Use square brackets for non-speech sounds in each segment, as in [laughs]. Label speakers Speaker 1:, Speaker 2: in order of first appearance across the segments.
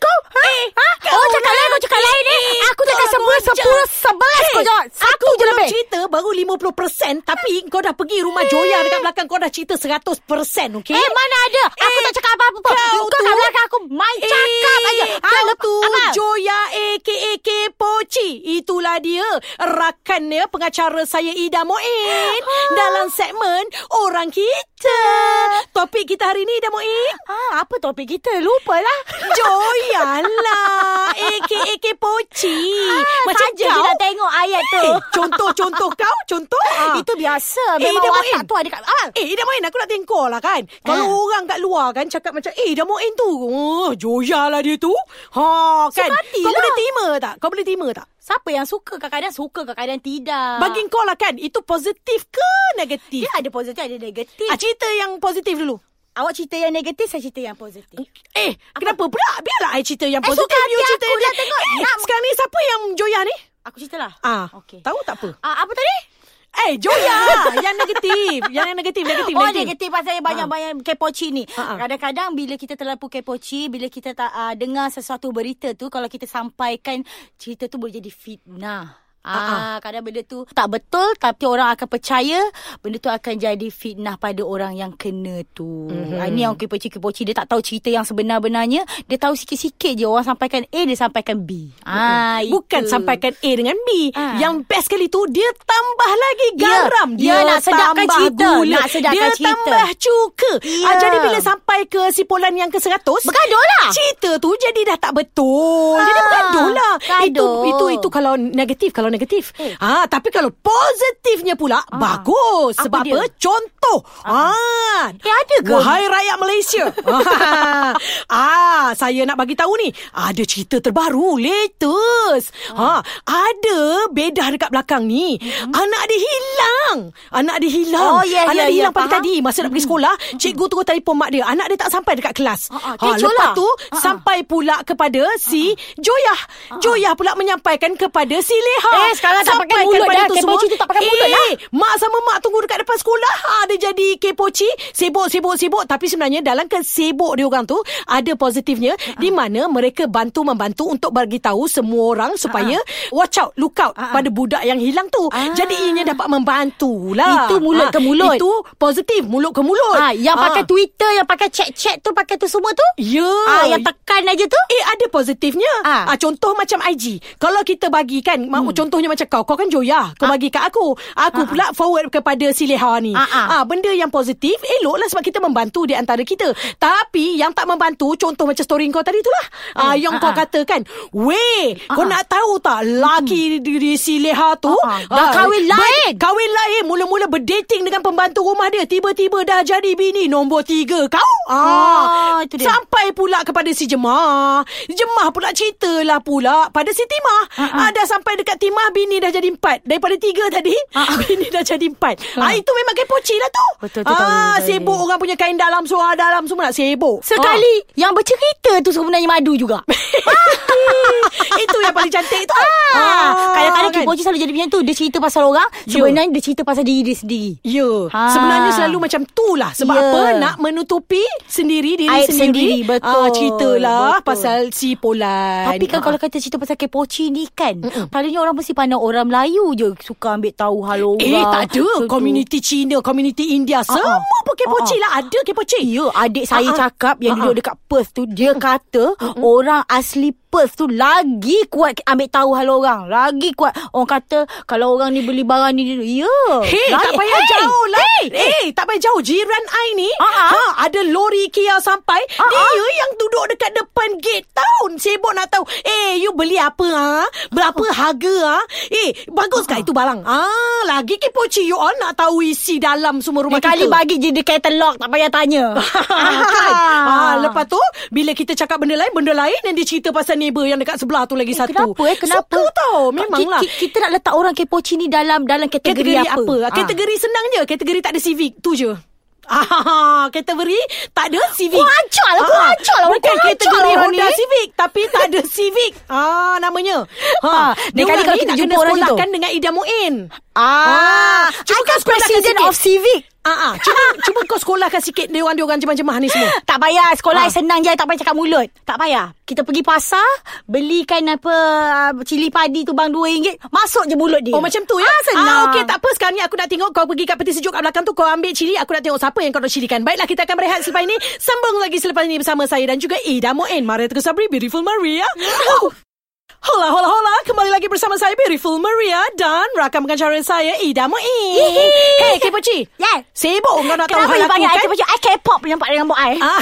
Speaker 1: kau. Eh, ha? Kau cakap lain, kau cakap lain eh. Aku takkan sebut sepuluh,
Speaker 2: Eh,
Speaker 1: sebelas kau jawab. Satu je
Speaker 3: Eh, belum
Speaker 1: lebih.
Speaker 3: cerita baru 50% tapi kau dah pergi rumah Joya dekat belakang kau dah cerita 100% okey?
Speaker 1: Eh, mana ada. Aku tak cakap apa-apa pun.
Speaker 3: kau
Speaker 1: Kau
Speaker 3: tu.
Speaker 1: kat belakang aku main cakap aja.
Speaker 3: Eh, Kau
Speaker 1: lep-
Speaker 3: tu
Speaker 1: Abang.
Speaker 3: Joya aka Kepoci. Itulah dia rakannya pengacara saya Ida
Speaker 1: [gasps]
Speaker 3: Moin dalam segmen Orang Kita. Topik kita hari ni Ida Moin.
Speaker 1: Ah, apa topik kita? Lupalah. [laughs]
Speaker 3: Joya lah aka Kepoci.
Speaker 1: Macam Ah, je dia nak tengok ayat tu.
Speaker 3: Eh, contoh-contoh kau, contoh. Ah.
Speaker 1: Itu biasa.
Speaker 3: Eh,
Speaker 1: Memang
Speaker 3: dah
Speaker 1: watak
Speaker 3: main.
Speaker 1: tu ada kat Ah, abang.
Speaker 3: Eh, Ida Moin aku nak tengkor lah kan. Kalau
Speaker 1: Ah.
Speaker 3: orang kat luar kan cakap macam, eh, Ida Moin tu. Oh, Joya lah dia tu. Ha, kan.
Speaker 1: Suka
Speaker 3: Kau
Speaker 1: hati
Speaker 3: boleh
Speaker 1: lah.
Speaker 3: terima tak? Kau boleh terima tak?
Speaker 1: Siapa yang suka kadang-kadang suka kadang-kadang tidak.
Speaker 3: Bagi kau lah kan, itu positif ke negatif?
Speaker 1: dia ada positif ada negatif.
Speaker 3: Ah, cerita yang positif dulu.
Speaker 1: Awak cerita yang negatif Saya cerita yang positif
Speaker 3: Eh, kenapa pula? Biarlah I cerita yang
Speaker 1: Eh,
Speaker 3: positif.
Speaker 1: suka hati
Speaker 3: you cerita
Speaker 1: aku
Speaker 3: yang-
Speaker 1: dah tengok.
Speaker 3: Eh,
Speaker 1: Nak-
Speaker 3: sekarang ni siapa yang Joya ni?
Speaker 1: Aku cerita lah
Speaker 3: Ah,
Speaker 1: Okey.
Speaker 3: tahu tak apa?
Speaker 1: ah, Apa tadi?
Speaker 3: Eh, Joya. [laughs] yang negatif. Yang negatif, negatif,
Speaker 1: Oh
Speaker 3: negatif.
Speaker 1: negatif pasal yang banyak-banyak kepoci ni
Speaker 3: Ha, ha.
Speaker 1: Kadang-kadang bila kita terlalu kepoci Bila kita tak uh, dengar sesuatu berita tu Kalau kita sampaikan Cerita tu boleh jadi fitnah Ah, kadang benda tu tak betul tapi orang akan percaya benda tu akan jadi fitnah pada orang yang kena tu. Mm-hmm. Ini yang kepoci-kepoci dia tak tahu cerita yang sebenar-benarnya, dia tahu sikit-sikit je orang sampaikan A dia sampaikan B. Ah,
Speaker 3: Bukan
Speaker 1: itu.
Speaker 3: sampaikan A dengan B.
Speaker 1: Ah.
Speaker 3: Yang best kali tu dia tambah lagi
Speaker 1: Ya,
Speaker 3: garam,
Speaker 1: ya, nak sedapkan
Speaker 3: tambah
Speaker 1: cerita,
Speaker 3: gula,
Speaker 1: nak sedapkan
Speaker 3: dia
Speaker 1: cerita.
Speaker 3: tambah cuka.
Speaker 1: Ya.
Speaker 3: Ah, jadi bila sampai ke sipulan yang ke-100,
Speaker 1: Bergaduh lah.
Speaker 3: Cerita tu jadi dah tak betul.
Speaker 1: Ah,
Speaker 3: jadi bergaduh lah. Itu
Speaker 1: gaduh.
Speaker 3: itu itu kalau negatif, kalau negatif.
Speaker 1: Eh.
Speaker 3: Ah,
Speaker 1: Ah.
Speaker 3: tapi kalau positifnya pula bagus
Speaker 1: Apa
Speaker 3: sebab
Speaker 1: dia?
Speaker 3: apa? Contoh. Ah.
Speaker 1: Eh, ada ke?
Speaker 3: Wahai rakyat
Speaker 1: [laughs]
Speaker 3: Malaysia. [laughs] ah, saya nak bagi tahu ni. Ada cerita terbaru latest. Ha, ada bedah dekat belakang ni. Anak dia hilang. Anak dia hilang.
Speaker 1: Oh, ya,
Speaker 3: Anak
Speaker 1: ya,
Speaker 3: dia
Speaker 1: ya,
Speaker 3: hilang pagi
Speaker 1: faham.
Speaker 3: tadi masa nak pergi sekolah, cikgu terus telefon mak dia. Anak dia tak sampai dekat kelas.
Speaker 1: Ah, ah,
Speaker 3: ha,
Speaker 1: kecoh
Speaker 3: lepas
Speaker 1: lah.
Speaker 3: tu
Speaker 1: Ah, ah.
Speaker 3: sampai pula kepada si Joyah. Joyah pula menyampaikan kepada si Leha.
Speaker 1: Eh, sekarang tak pakai
Speaker 3: Sampai
Speaker 1: mulut
Speaker 3: kepada
Speaker 1: dah.
Speaker 3: tu
Speaker 1: Kepoci
Speaker 3: semua.
Speaker 1: tu tak pakai mulut
Speaker 3: eh,
Speaker 1: lah.
Speaker 3: Mak sama mak tunggu dekat depan sekolah. Ha, dia jadi kepoci. Sibuk, sibuk, sibuk. Tapi sebenarnya dalam kesibuk dia orang tu, ada positifnya.
Speaker 1: Ha,
Speaker 3: Di mana mereka bantu-membantu untuk bagi tahu semua orang
Speaker 1: Ha,
Speaker 3: supaya watch out, look out pada budak yang hilang tu. Jadi ianya dapat membantu lah.
Speaker 1: Ah. Itu mulut
Speaker 3: Ah,
Speaker 1: ke mulut.
Speaker 3: Itu positif, mulut ke mulut.
Speaker 1: Ah, yang
Speaker 3: Ah.
Speaker 1: pakai Twitter, yang pakai chat-chat tu, pakai tu semua tu?
Speaker 3: Ya.
Speaker 1: Ah, yang tekan aja tu?
Speaker 3: Eh ada positifnya ah.
Speaker 1: Ah. Hmm.
Speaker 3: ah contoh macam IG Kalau kita bagi kan mau Contohnya macam kau Kau kan Joya Kau bagi kat aku Aku pula forward kepada si Leha ni
Speaker 1: Ah, ah.
Speaker 3: ah, Benda yang positif Eloklah sebab kita membantu Di antara kita Tapi yang tak membantu Contoh macam story kau tadi tu lah ah, Yang
Speaker 1: ah,
Speaker 3: kau
Speaker 1: ah.
Speaker 3: katakan Weh Kau
Speaker 1: Ah, ah.
Speaker 3: nak tahu tak Laki diri si Leha tu
Speaker 1: Ah, ah. Dah kahwin
Speaker 3: ber-
Speaker 1: lain.
Speaker 3: Eh, Kahwin lain Mula-mula berdating Dengan pembantu rumah dia Tiba-tiba dah jadi bini Nombor tiga Kau ah,
Speaker 1: Ah, itu dia.
Speaker 3: Sampai pula kepada si Jemah. Jemah pula ceritalah pula pada si Timah. Uh-huh. Ah, dah sampai dekat Timah, bini dah jadi empat. Daripada tiga tadi, uh-huh. [laughs] bini dah jadi empat. Uh-huh. Ah, itu memang kepoci lah tu.
Speaker 1: Ah, Betul, tu tahu
Speaker 3: ah,
Speaker 1: tadi.
Speaker 3: sibuk orang punya kain dalam, suara dalam semua nak sibuk.
Speaker 1: Sekali yang bercerita tu sebenarnya madu juga.
Speaker 3: Ha. Ah, itu yang paling cantik tu.
Speaker 1: Ah,
Speaker 3: kan?
Speaker 1: kadang-kadang kan? Kipoji selalu jadi macam tu. Dia cerita pasal orang,
Speaker 3: Ya.
Speaker 1: sebenarnya dia cerita pasal diri dia sendiri.
Speaker 3: Ya, ha.
Speaker 1: Ha.
Speaker 3: sebenarnya selalu macam tu lah. Sebab
Speaker 1: Ya.
Speaker 3: yeah. apa? Nak menutupi sendiri diri
Speaker 1: Aib
Speaker 3: sendiri.
Speaker 1: sendiri, betul.
Speaker 3: Ah, ceritalah
Speaker 1: Betul.
Speaker 3: pasal si Polan.
Speaker 1: Tapi kan
Speaker 3: Ah.
Speaker 1: kalau kata cerita pasal kepoci ni kan, palingnya orang mesti pandang orang Melayu je suka ambil tahu hal orang.
Speaker 3: Eh tak ada
Speaker 1: Macam tu.
Speaker 3: Community Cina Community India Semua
Speaker 1: ah.
Speaker 3: pun kepoci
Speaker 1: Ah, ah.
Speaker 3: lah Ada kepoci
Speaker 1: Ya, adik saya
Speaker 3: Ah, ah.
Speaker 1: cakap
Speaker 3: Ah,
Speaker 1: yang
Speaker 3: ah.
Speaker 1: duduk dekat Perth tu, dia kata orang asli Perth tu lagi kuat ambil tahu hal orang. Lagi kuat. Orang kata kalau orang ni beli barang ni, dia, ya.
Speaker 3: Hei, tak
Speaker 1: lagi-
Speaker 3: payah
Speaker 1: Hey,
Speaker 3: jauh lah. Hey,
Speaker 1: hey.
Speaker 3: tak payah jauh. Jiran I ni,
Speaker 1: Ah, ah.
Speaker 3: ha, ada lori Kia sampai. dia yang duduk dekat depan gate town. Sibuk nak tahu. Eh, you beli apa? Ha? Berapa harga? Ha? Eh, bagus kat itu barang? Ah, lagi kepoci you all nak tahu isi dalam semua rumah
Speaker 1: Dia kali
Speaker 3: kita.
Speaker 1: bagi je dia katalog, tak payah [laughs] tanya. Ah,
Speaker 3: kan? Ah, lepas tu bila kita cakap benda lain benda lain yang dia cerita pasal neighbor yang dekat sebelah tu lagi satu.
Speaker 1: Kenapa eh? Kenapa?
Speaker 3: Suka tau
Speaker 1: Ki-
Speaker 3: memanglah.
Speaker 1: ki- Kita nak letak orang kepoci ni dalam dalam lah. kategori,
Speaker 3: Kategori apa?
Speaker 1: apa? Ah.
Speaker 3: Kategori senang je, [laughs] kategori tak ada civic tu je. Ah, kategori tak ada Civic.
Speaker 1: Kuancak lah, kuancak lah.
Speaker 3: Bukan
Speaker 1: Kuancak
Speaker 3: kategori
Speaker 1: lah orang
Speaker 3: Honda
Speaker 1: ni.
Speaker 3: Civic tapi tak ada Civic. Ah, namanya.
Speaker 1: Ah,
Speaker 3: Ha,
Speaker 1: dia kali kalau kita jumpa orang
Speaker 3: sekolahkan
Speaker 1: gitu.
Speaker 3: dengan Ida Muin.
Speaker 1: Ah,
Speaker 3: Cuba
Speaker 1: I
Speaker 3: kau
Speaker 1: kan president
Speaker 3: sekolahkan
Speaker 1: of civic.
Speaker 3: Ah, ah. Cuba, cuba kau sekolahkan sikit dia orang dia orang macam-macam ni semua.
Speaker 1: Tak payah Sekolah
Speaker 3: Ah.
Speaker 1: ha. senang je I Tak payah cakap mulut Tak payah Kita pergi pasar Belikan apa ah, Cili padi tu bang RM2 Masuk je mulut dia
Speaker 3: Oh macam tu ya
Speaker 1: ah, Senang
Speaker 3: ah, Okey tak apa Sekarang ni aku nak tengok Kau pergi kat peti sejuk kat belakang tu Kau ambil cili Aku nak tengok siapa yang kau nak cilikan Baiklah kita akan berehat selepas ini Sambung lagi selepas ini bersama saya Dan juga Ida Moen Maria Teguh Sabri Beautiful Maria oh. Hola, hola, hola. Kembali lagi bersama saya Beautiful Maria dan rakam pengacara saya Ida Moin. Hey, Kepoci.
Speaker 1: Yeah.
Speaker 3: Sibuk kau nak tahu
Speaker 1: Ya. Kenapa
Speaker 3: hal
Speaker 1: you
Speaker 3: aku
Speaker 1: panggil I
Speaker 3: kan?
Speaker 1: Kepoci I K-pop nampak dengan rambut I
Speaker 3: Ah,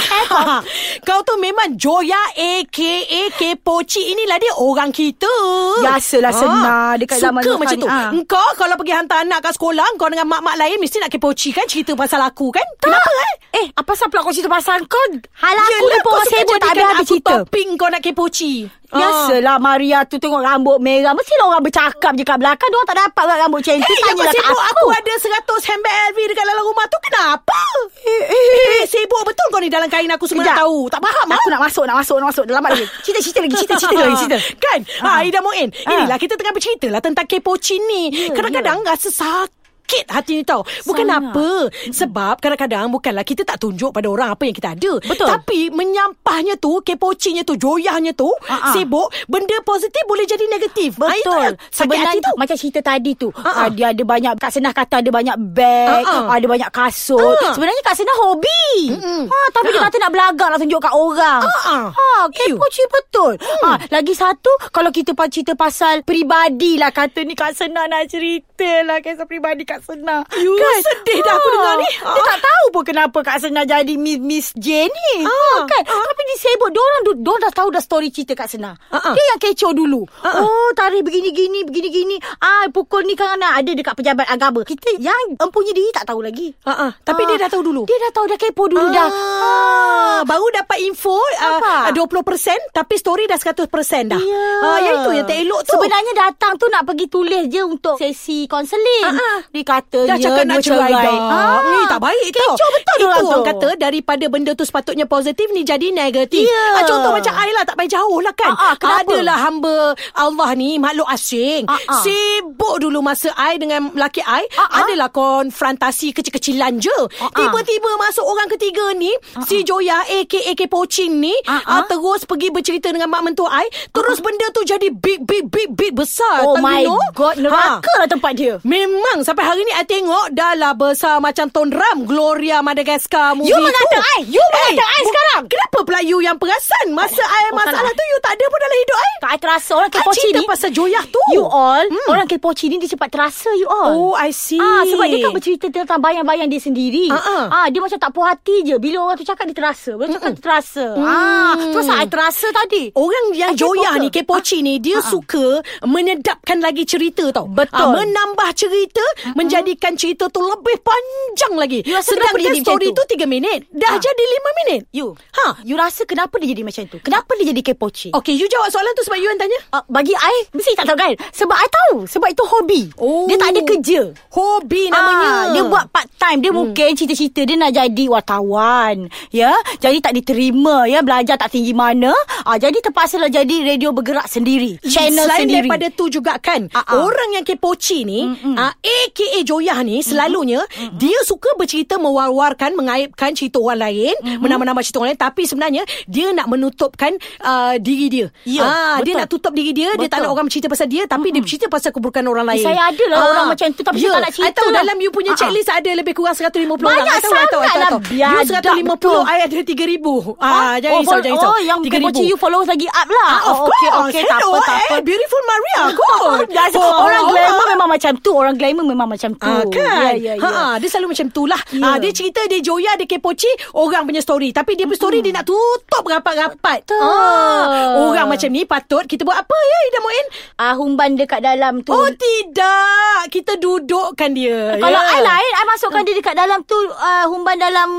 Speaker 3: [laughs] kau tu memang Joya AKA Kepoci Inilah dia orang kita Ah,
Speaker 1: Biasalah senang dekat
Speaker 3: Suka
Speaker 1: zaman
Speaker 3: macam
Speaker 1: sekarang
Speaker 3: tu
Speaker 1: ni, ah.
Speaker 3: Engkau kalau pergi hantar anak kat sekolah Engkau dengan mak-mak lain Mesti nak kepoci kan Cerita pasal aku kan tak. Kenapa kan
Speaker 1: Eh apa sah pula kau cerita pasal kau Hal aku
Speaker 3: Yelah,
Speaker 1: lupa
Speaker 3: kau
Speaker 1: orang
Speaker 3: suka
Speaker 1: sibuk Tak
Speaker 3: jadikan
Speaker 1: habis-habis
Speaker 3: aku
Speaker 1: cerita
Speaker 3: Topik kau nak kepoci Ah.
Speaker 1: Biasalah Maria tu tengok rambut merah Mestilah orang bercakap je kat belakang Diorang tak dapat kat rambut macam tu
Speaker 3: Eh, yang
Speaker 1: Tanyalah kat
Speaker 3: sibuk aku.
Speaker 1: aku
Speaker 3: ada 100 handbag LV dekat dalam rumah tu Kenapa? Eh, sibuk betul kau ni dalam kain aku semua nak
Speaker 1: Sekejap.
Speaker 3: tahu Tak faham ah.
Speaker 1: Aku nak masuk Nak masuk Nak masuk Dalam lagi Cerita-cerita lagi Cerita-cerita lagi cerita.
Speaker 3: [laughs] Kan ha.
Speaker 1: Ah. Ya,
Speaker 3: Ida Moen Inilah kita tengah bercerita lah Tentang kepoci ni Kadang-kadang rasa sakit hati ni tau Bukan
Speaker 1: Sangat.
Speaker 3: apa Sebab kadang-kadang Bukanlah kita tak tunjuk pada orang Apa yang kita ada
Speaker 1: Betul.
Speaker 3: Tapi menyampahnya tu Kepocinya tu Joyahnya tu
Speaker 1: Ah, ah.
Speaker 3: Sibuk Benda positif boleh jadi negatif Ah, itu
Speaker 1: Betul.
Speaker 3: yang Sakit hati tu
Speaker 1: macam cerita tadi tu.
Speaker 3: Ah, ah.
Speaker 1: Uh-uh. Uh, dia ada banyak Kak Senah kata ada banyak beg,
Speaker 3: Ah,
Speaker 1: uh-uh.
Speaker 3: ah.
Speaker 1: ada banyak kasut.
Speaker 3: Ah.
Speaker 1: Sebenarnya Kak Senah hobi.
Speaker 3: Mm-mm.
Speaker 1: Ha tapi dia kata nak belagak nak tunjuk kat orang.
Speaker 3: Ah, ah.
Speaker 1: Ha kepo cik betul.
Speaker 3: Hmm.
Speaker 1: Ha lagi satu kalau kita pa- cerita pasal peribadi lah kata ni Kak Senah nak cerita lah kisah peribadi Kak Senah.
Speaker 3: You, sedih dah aku dengar ni.
Speaker 1: Dia tak tahu pun kenapa Kak Senah jadi Miss Miss J ni.
Speaker 3: Ah.
Speaker 1: Ha kan. Tapi dia sibuk. Diorang, du- diorang dah tahu dah story cerita Kak Senah.
Speaker 3: Ah, ah.
Speaker 1: Dia yang kecoh dulu. Oh, tarikh begini-gini, begini-gini. Ah, pukul ni kan anak ada dekat pejabat agama. Kita yang empunya diri tak tahu lagi.
Speaker 3: Ah, ah. Tapi dia dah tahu dulu
Speaker 1: Dia dah tahu, dah kepo dulu
Speaker 3: Ah,
Speaker 1: dah.
Speaker 3: ah, baru dapat info uh,
Speaker 1: Nampak?
Speaker 3: 20% tapi story dah 100% dah.
Speaker 1: Ya.
Speaker 3: Ah, yang itu yang tak elok tu.
Speaker 1: Sebenarnya datang tu nak pergi tulis je untuk sesi konseling.
Speaker 3: Ah, ah.
Speaker 1: Dia kata
Speaker 3: dah
Speaker 1: dia,
Speaker 3: cakap
Speaker 1: dia
Speaker 3: nak cerai dah.
Speaker 1: Ah,
Speaker 3: Ni tak baik tau.
Speaker 1: Kecoh betul
Speaker 3: Itu
Speaker 1: diorang
Speaker 3: orang
Speaker 1: tu.
Speaker 3: kata daripada benda tu sepatutnya positif ni jadi negatif.
Speaker 1: Ya.
Speaker 3: Ah, contoh macam I lah tak payah jauh lah kan.
Speaker 1: Ah, ah, kenapa?
Speaker 3: Adalah hamba Allah ni makhluk asing.
Speaker 1: Ah, ah.
Speaker 3: Sibuk dulu masa I dengan lelaki I
Speaker 1: Ah, ah.
Speaker 3: adalah konfrontasi kecil-kecilan je.
Speaker 1: Ah, ah.
Speaker 3: Tiba-tiba masuk orang ketiga ni si Joya aka Pochin ni
Speaker 1: Ah,
Speaker 3: ah,
Speaker 1: ah.
Speaker 3: terus pergi bercerita dengan mak mentua I terus benda tu jadi big big big big besar.
Speaker 1: Oh
Speaker 3: Tang
Speaker 1: my
Speaker 3: Bino.
Speaker 1: god,
Speaker 3: Ha.
Speaker 1: neraka lah tempat dia.
Speaker 3: Memang sampai hari ni I tengok dah lah besar macam Ton Ram Gloria Madagascar movie
Speaker 1: You
Speaker 3: tu. Eh,
Speaker 1: mengata I, you mengata I
Speaker 3: bu-
Speaker 1: sekarang.
Speaker 3: Kenapa pula you yang perasan Masa I
Speaker 1: oh,
Speaker 3: masalah
Speaker 1: salah.
Speaker 3: tu You tak ada pun dalam hidup I
Speaker 1: Tak I terasa orang
Speaker 3: I
Speaker 1: kepo
Speaker 3: cerita
Speaker 1: sini.
Speaker 3: pasal joyah tu
Speaker 1: You all hmm. Orang kepo cini Dia cepat terasa you all
Speaker 3: Oh I see
Speaker 1: Ah, sebab dia kan bercerita tentang bayang-bayang dia sendiri.
Speaker 3: Ah, ah.
Speaker 1: ah dia macam tak puas hati je. Bila orang tu cakap dia terasa. Bila cakap dia terasa. Ah,
Speaker 3: Mm.
Speaker 1: terus saya terasa tadi.
Speaker 3: Orang yang
Speaker 1: I kepo
Speaker 3: joyah
Speaker 1: ke? Ah,
Speaker 3: ni Kepoci ni Dia suka Menyedapkan lagi cerita tau
Speaker 1: Betul.
Speaker 3: Ah, Menambah cerita Menjadikan cerita tu Lebih panjang lagi
Speaker 1: You rasa kenapa dia
Speaker 3: Sedangkan
Speaker 1: jadi macam
Speaker 3: story
Speaker 1: tu?
Speaker 3: tu 3 minit Dah
Speaker 1: Ah.
Speaker 3: jadi 5 minit
Speaker 1: You.
Speaker 3: Ha.
Speaker 1: Ha, you rasa kenapa dia jadi macam tu? Kenapa dia jadi kepo cini?
Speaker 3: Okay you jawab soalan tu Sebab you yang tanya
Speaker 1: Uh, bagi I Mesti tak tahu kan Sebab I tahu Sebab itu hobi
Speaker 3: Oh.
Speaker 1: Dia tak ada kerja
Speaker 3: Hobi namanya
Speaker 1: Ah, dia buat part time. Dia hmm. mungkin cita-cita dia nak jadi wartawan. Ya, jadi tak diterima ya belajar tak tinggi mana. Ah, jadi terpaksalah jadi radio bergerak sendiri. Channel
Speaker 3: Selain
Speaker 1: sendiri.
Speaker 3: daripada tu juga kan
Speaker 1: Ah, ah.
Speaker 3: Orang yang kepoci ni uh, AKA Joyah ni Selalunya Dia suka bercerita Mewar-warkan Mengaibkan cerita orang lain Menambah-nambah cerita orang lain Tapi sebenarnya Dia nak menutupkan uh, Diri dia
Speaker 1: Ya,
Speaker 3: Ah, Dia
Speaker 1: betul.
Speaker 3: nak tutup diri dia Dia tak
Speaker 1: Betul.
Speaker 3: nak orang bercerita pasal dia Tapi dia bercerita pasal Keburukan orang lain Ah, ya.
Speaker 1: saya ada lah orang macam tu, tapi saya tak nak cerita
Speaker 3: I tahu
Speaker 1: lah.
Speaker 3: dalam you punya
Speaker 1: Ah, ah.
Speaker 3: checklist Ada lebih kurang 150 orang
Speaker 1: Banyak
Speaker 3: I tahu, I tahu, I tahu, I tahu.
Speaker 1: sangat lah,
Speaker 3: You
Speaker 1: biadab
Speaker 3: 150
Speaker 1: betul.
Speaker 3: I ada 3,000 ah, Jangan risau
Speaker 1: fol-
Speaker 3: Jangan risau
Speaker 1: Oh, yang
Speaker 3: 3,000.
Speaker 1: kepoci you followers lagi up lah.
Speaker 3: Ah, of
Speaker 1: oh, okay,
Speaker 3: course.
Speaker 1: okay, tak
Speaker 3: Hello,
Speaker 1: apa, tak
Speaker 3: eh. Oh,
Speaker 1: apa.
Speaker 3: Beautiful Maria.
Speaker 1: [laughs]
Speaker 3: Good.
Speaker 1: Dah- orang glamour memang macam tu. Orang glamour memang macam tu.
Speaker 3: oh. Ah, kan
Speaker 1: Ya, ya, ya.
Speaker 3: Ha, Dia selalu macam tu lah
Speaker 1: Ya.
Speaker 3: yeah. Dia cerita Dia joya Dia kepoci Orang punya story Tapi dia punya story Dia nak tutup rapat-rapat
Speaker 1: Betul.
Speaker 3: Ah, Orang macam ni Patut kita buat apa ya Ida Muin
Speaker 1: Ah, humban dekat dalam tu.
Speaker 3: Oh tidak Kita dudukkan dia
Speaker 1: Kalau
Speaker 3: Ya.
Speaker 1: I lain I masukkan dia dekat dalam tu uh, Humban dalam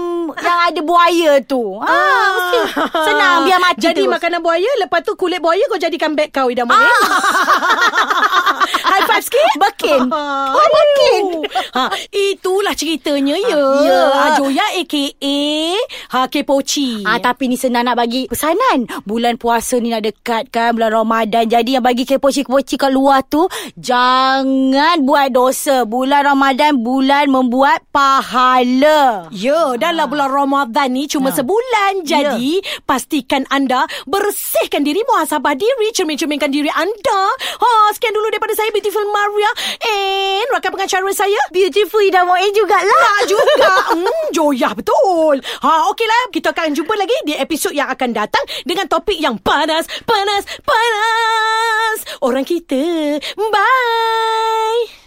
Speaker 1: Yang ada buaya tu ha, ah. Mesti Senang biar mati
Speaker 3: Jadi
Speaker 1: terus. Ah.
Speaker 3: makanan buaya Lepas tu kulit buaya Kau jadikan beg kau Ida Muin
Speaker 1: [laughs]
Speaker 3: Kan?
Speaker 1: High five sikit Bekin Oh bekin
Speaker 3: Ha, itulah ceritanya ya.
Speaker 1: ya.
Speaker 3: Ha, Joya aka ha Kepochi.
Speaker 1: Ah tapi ni senang nak bagi pesanan. Bulan puasa ni nak dekat kan, bulan Ramadan. Jadi yang bagi kepoci-kepoci kat luar tu jangan buat dosa. Bulan Ramadan bulan membuat pahala.
Speaker 3: Ya, dalam
Speaker 1: Ah.
Speaker 3: bulan Ramadan ni cuma
Speaker 1: Ya.
Speaker 3: sebulan. Jadi, pastikan anda bersihkan diri, muhasabah diri, cermin-cerminkan diri anda. Ha, sekian dulu daripada saya, Beautiful Maria. And rakan pengacara saya,
Speaker 1: Beautiful Ida Moen jugalah.
Speaker 3: Tak
Speaker 1: [laughs]
Speaker 3: juga. Hmm, joyah betul. Ha, okeylah. Kita akan jumpa lagi di episod yang akan datang dengan topik yang panas, panas, panas. Orang kita. Bye.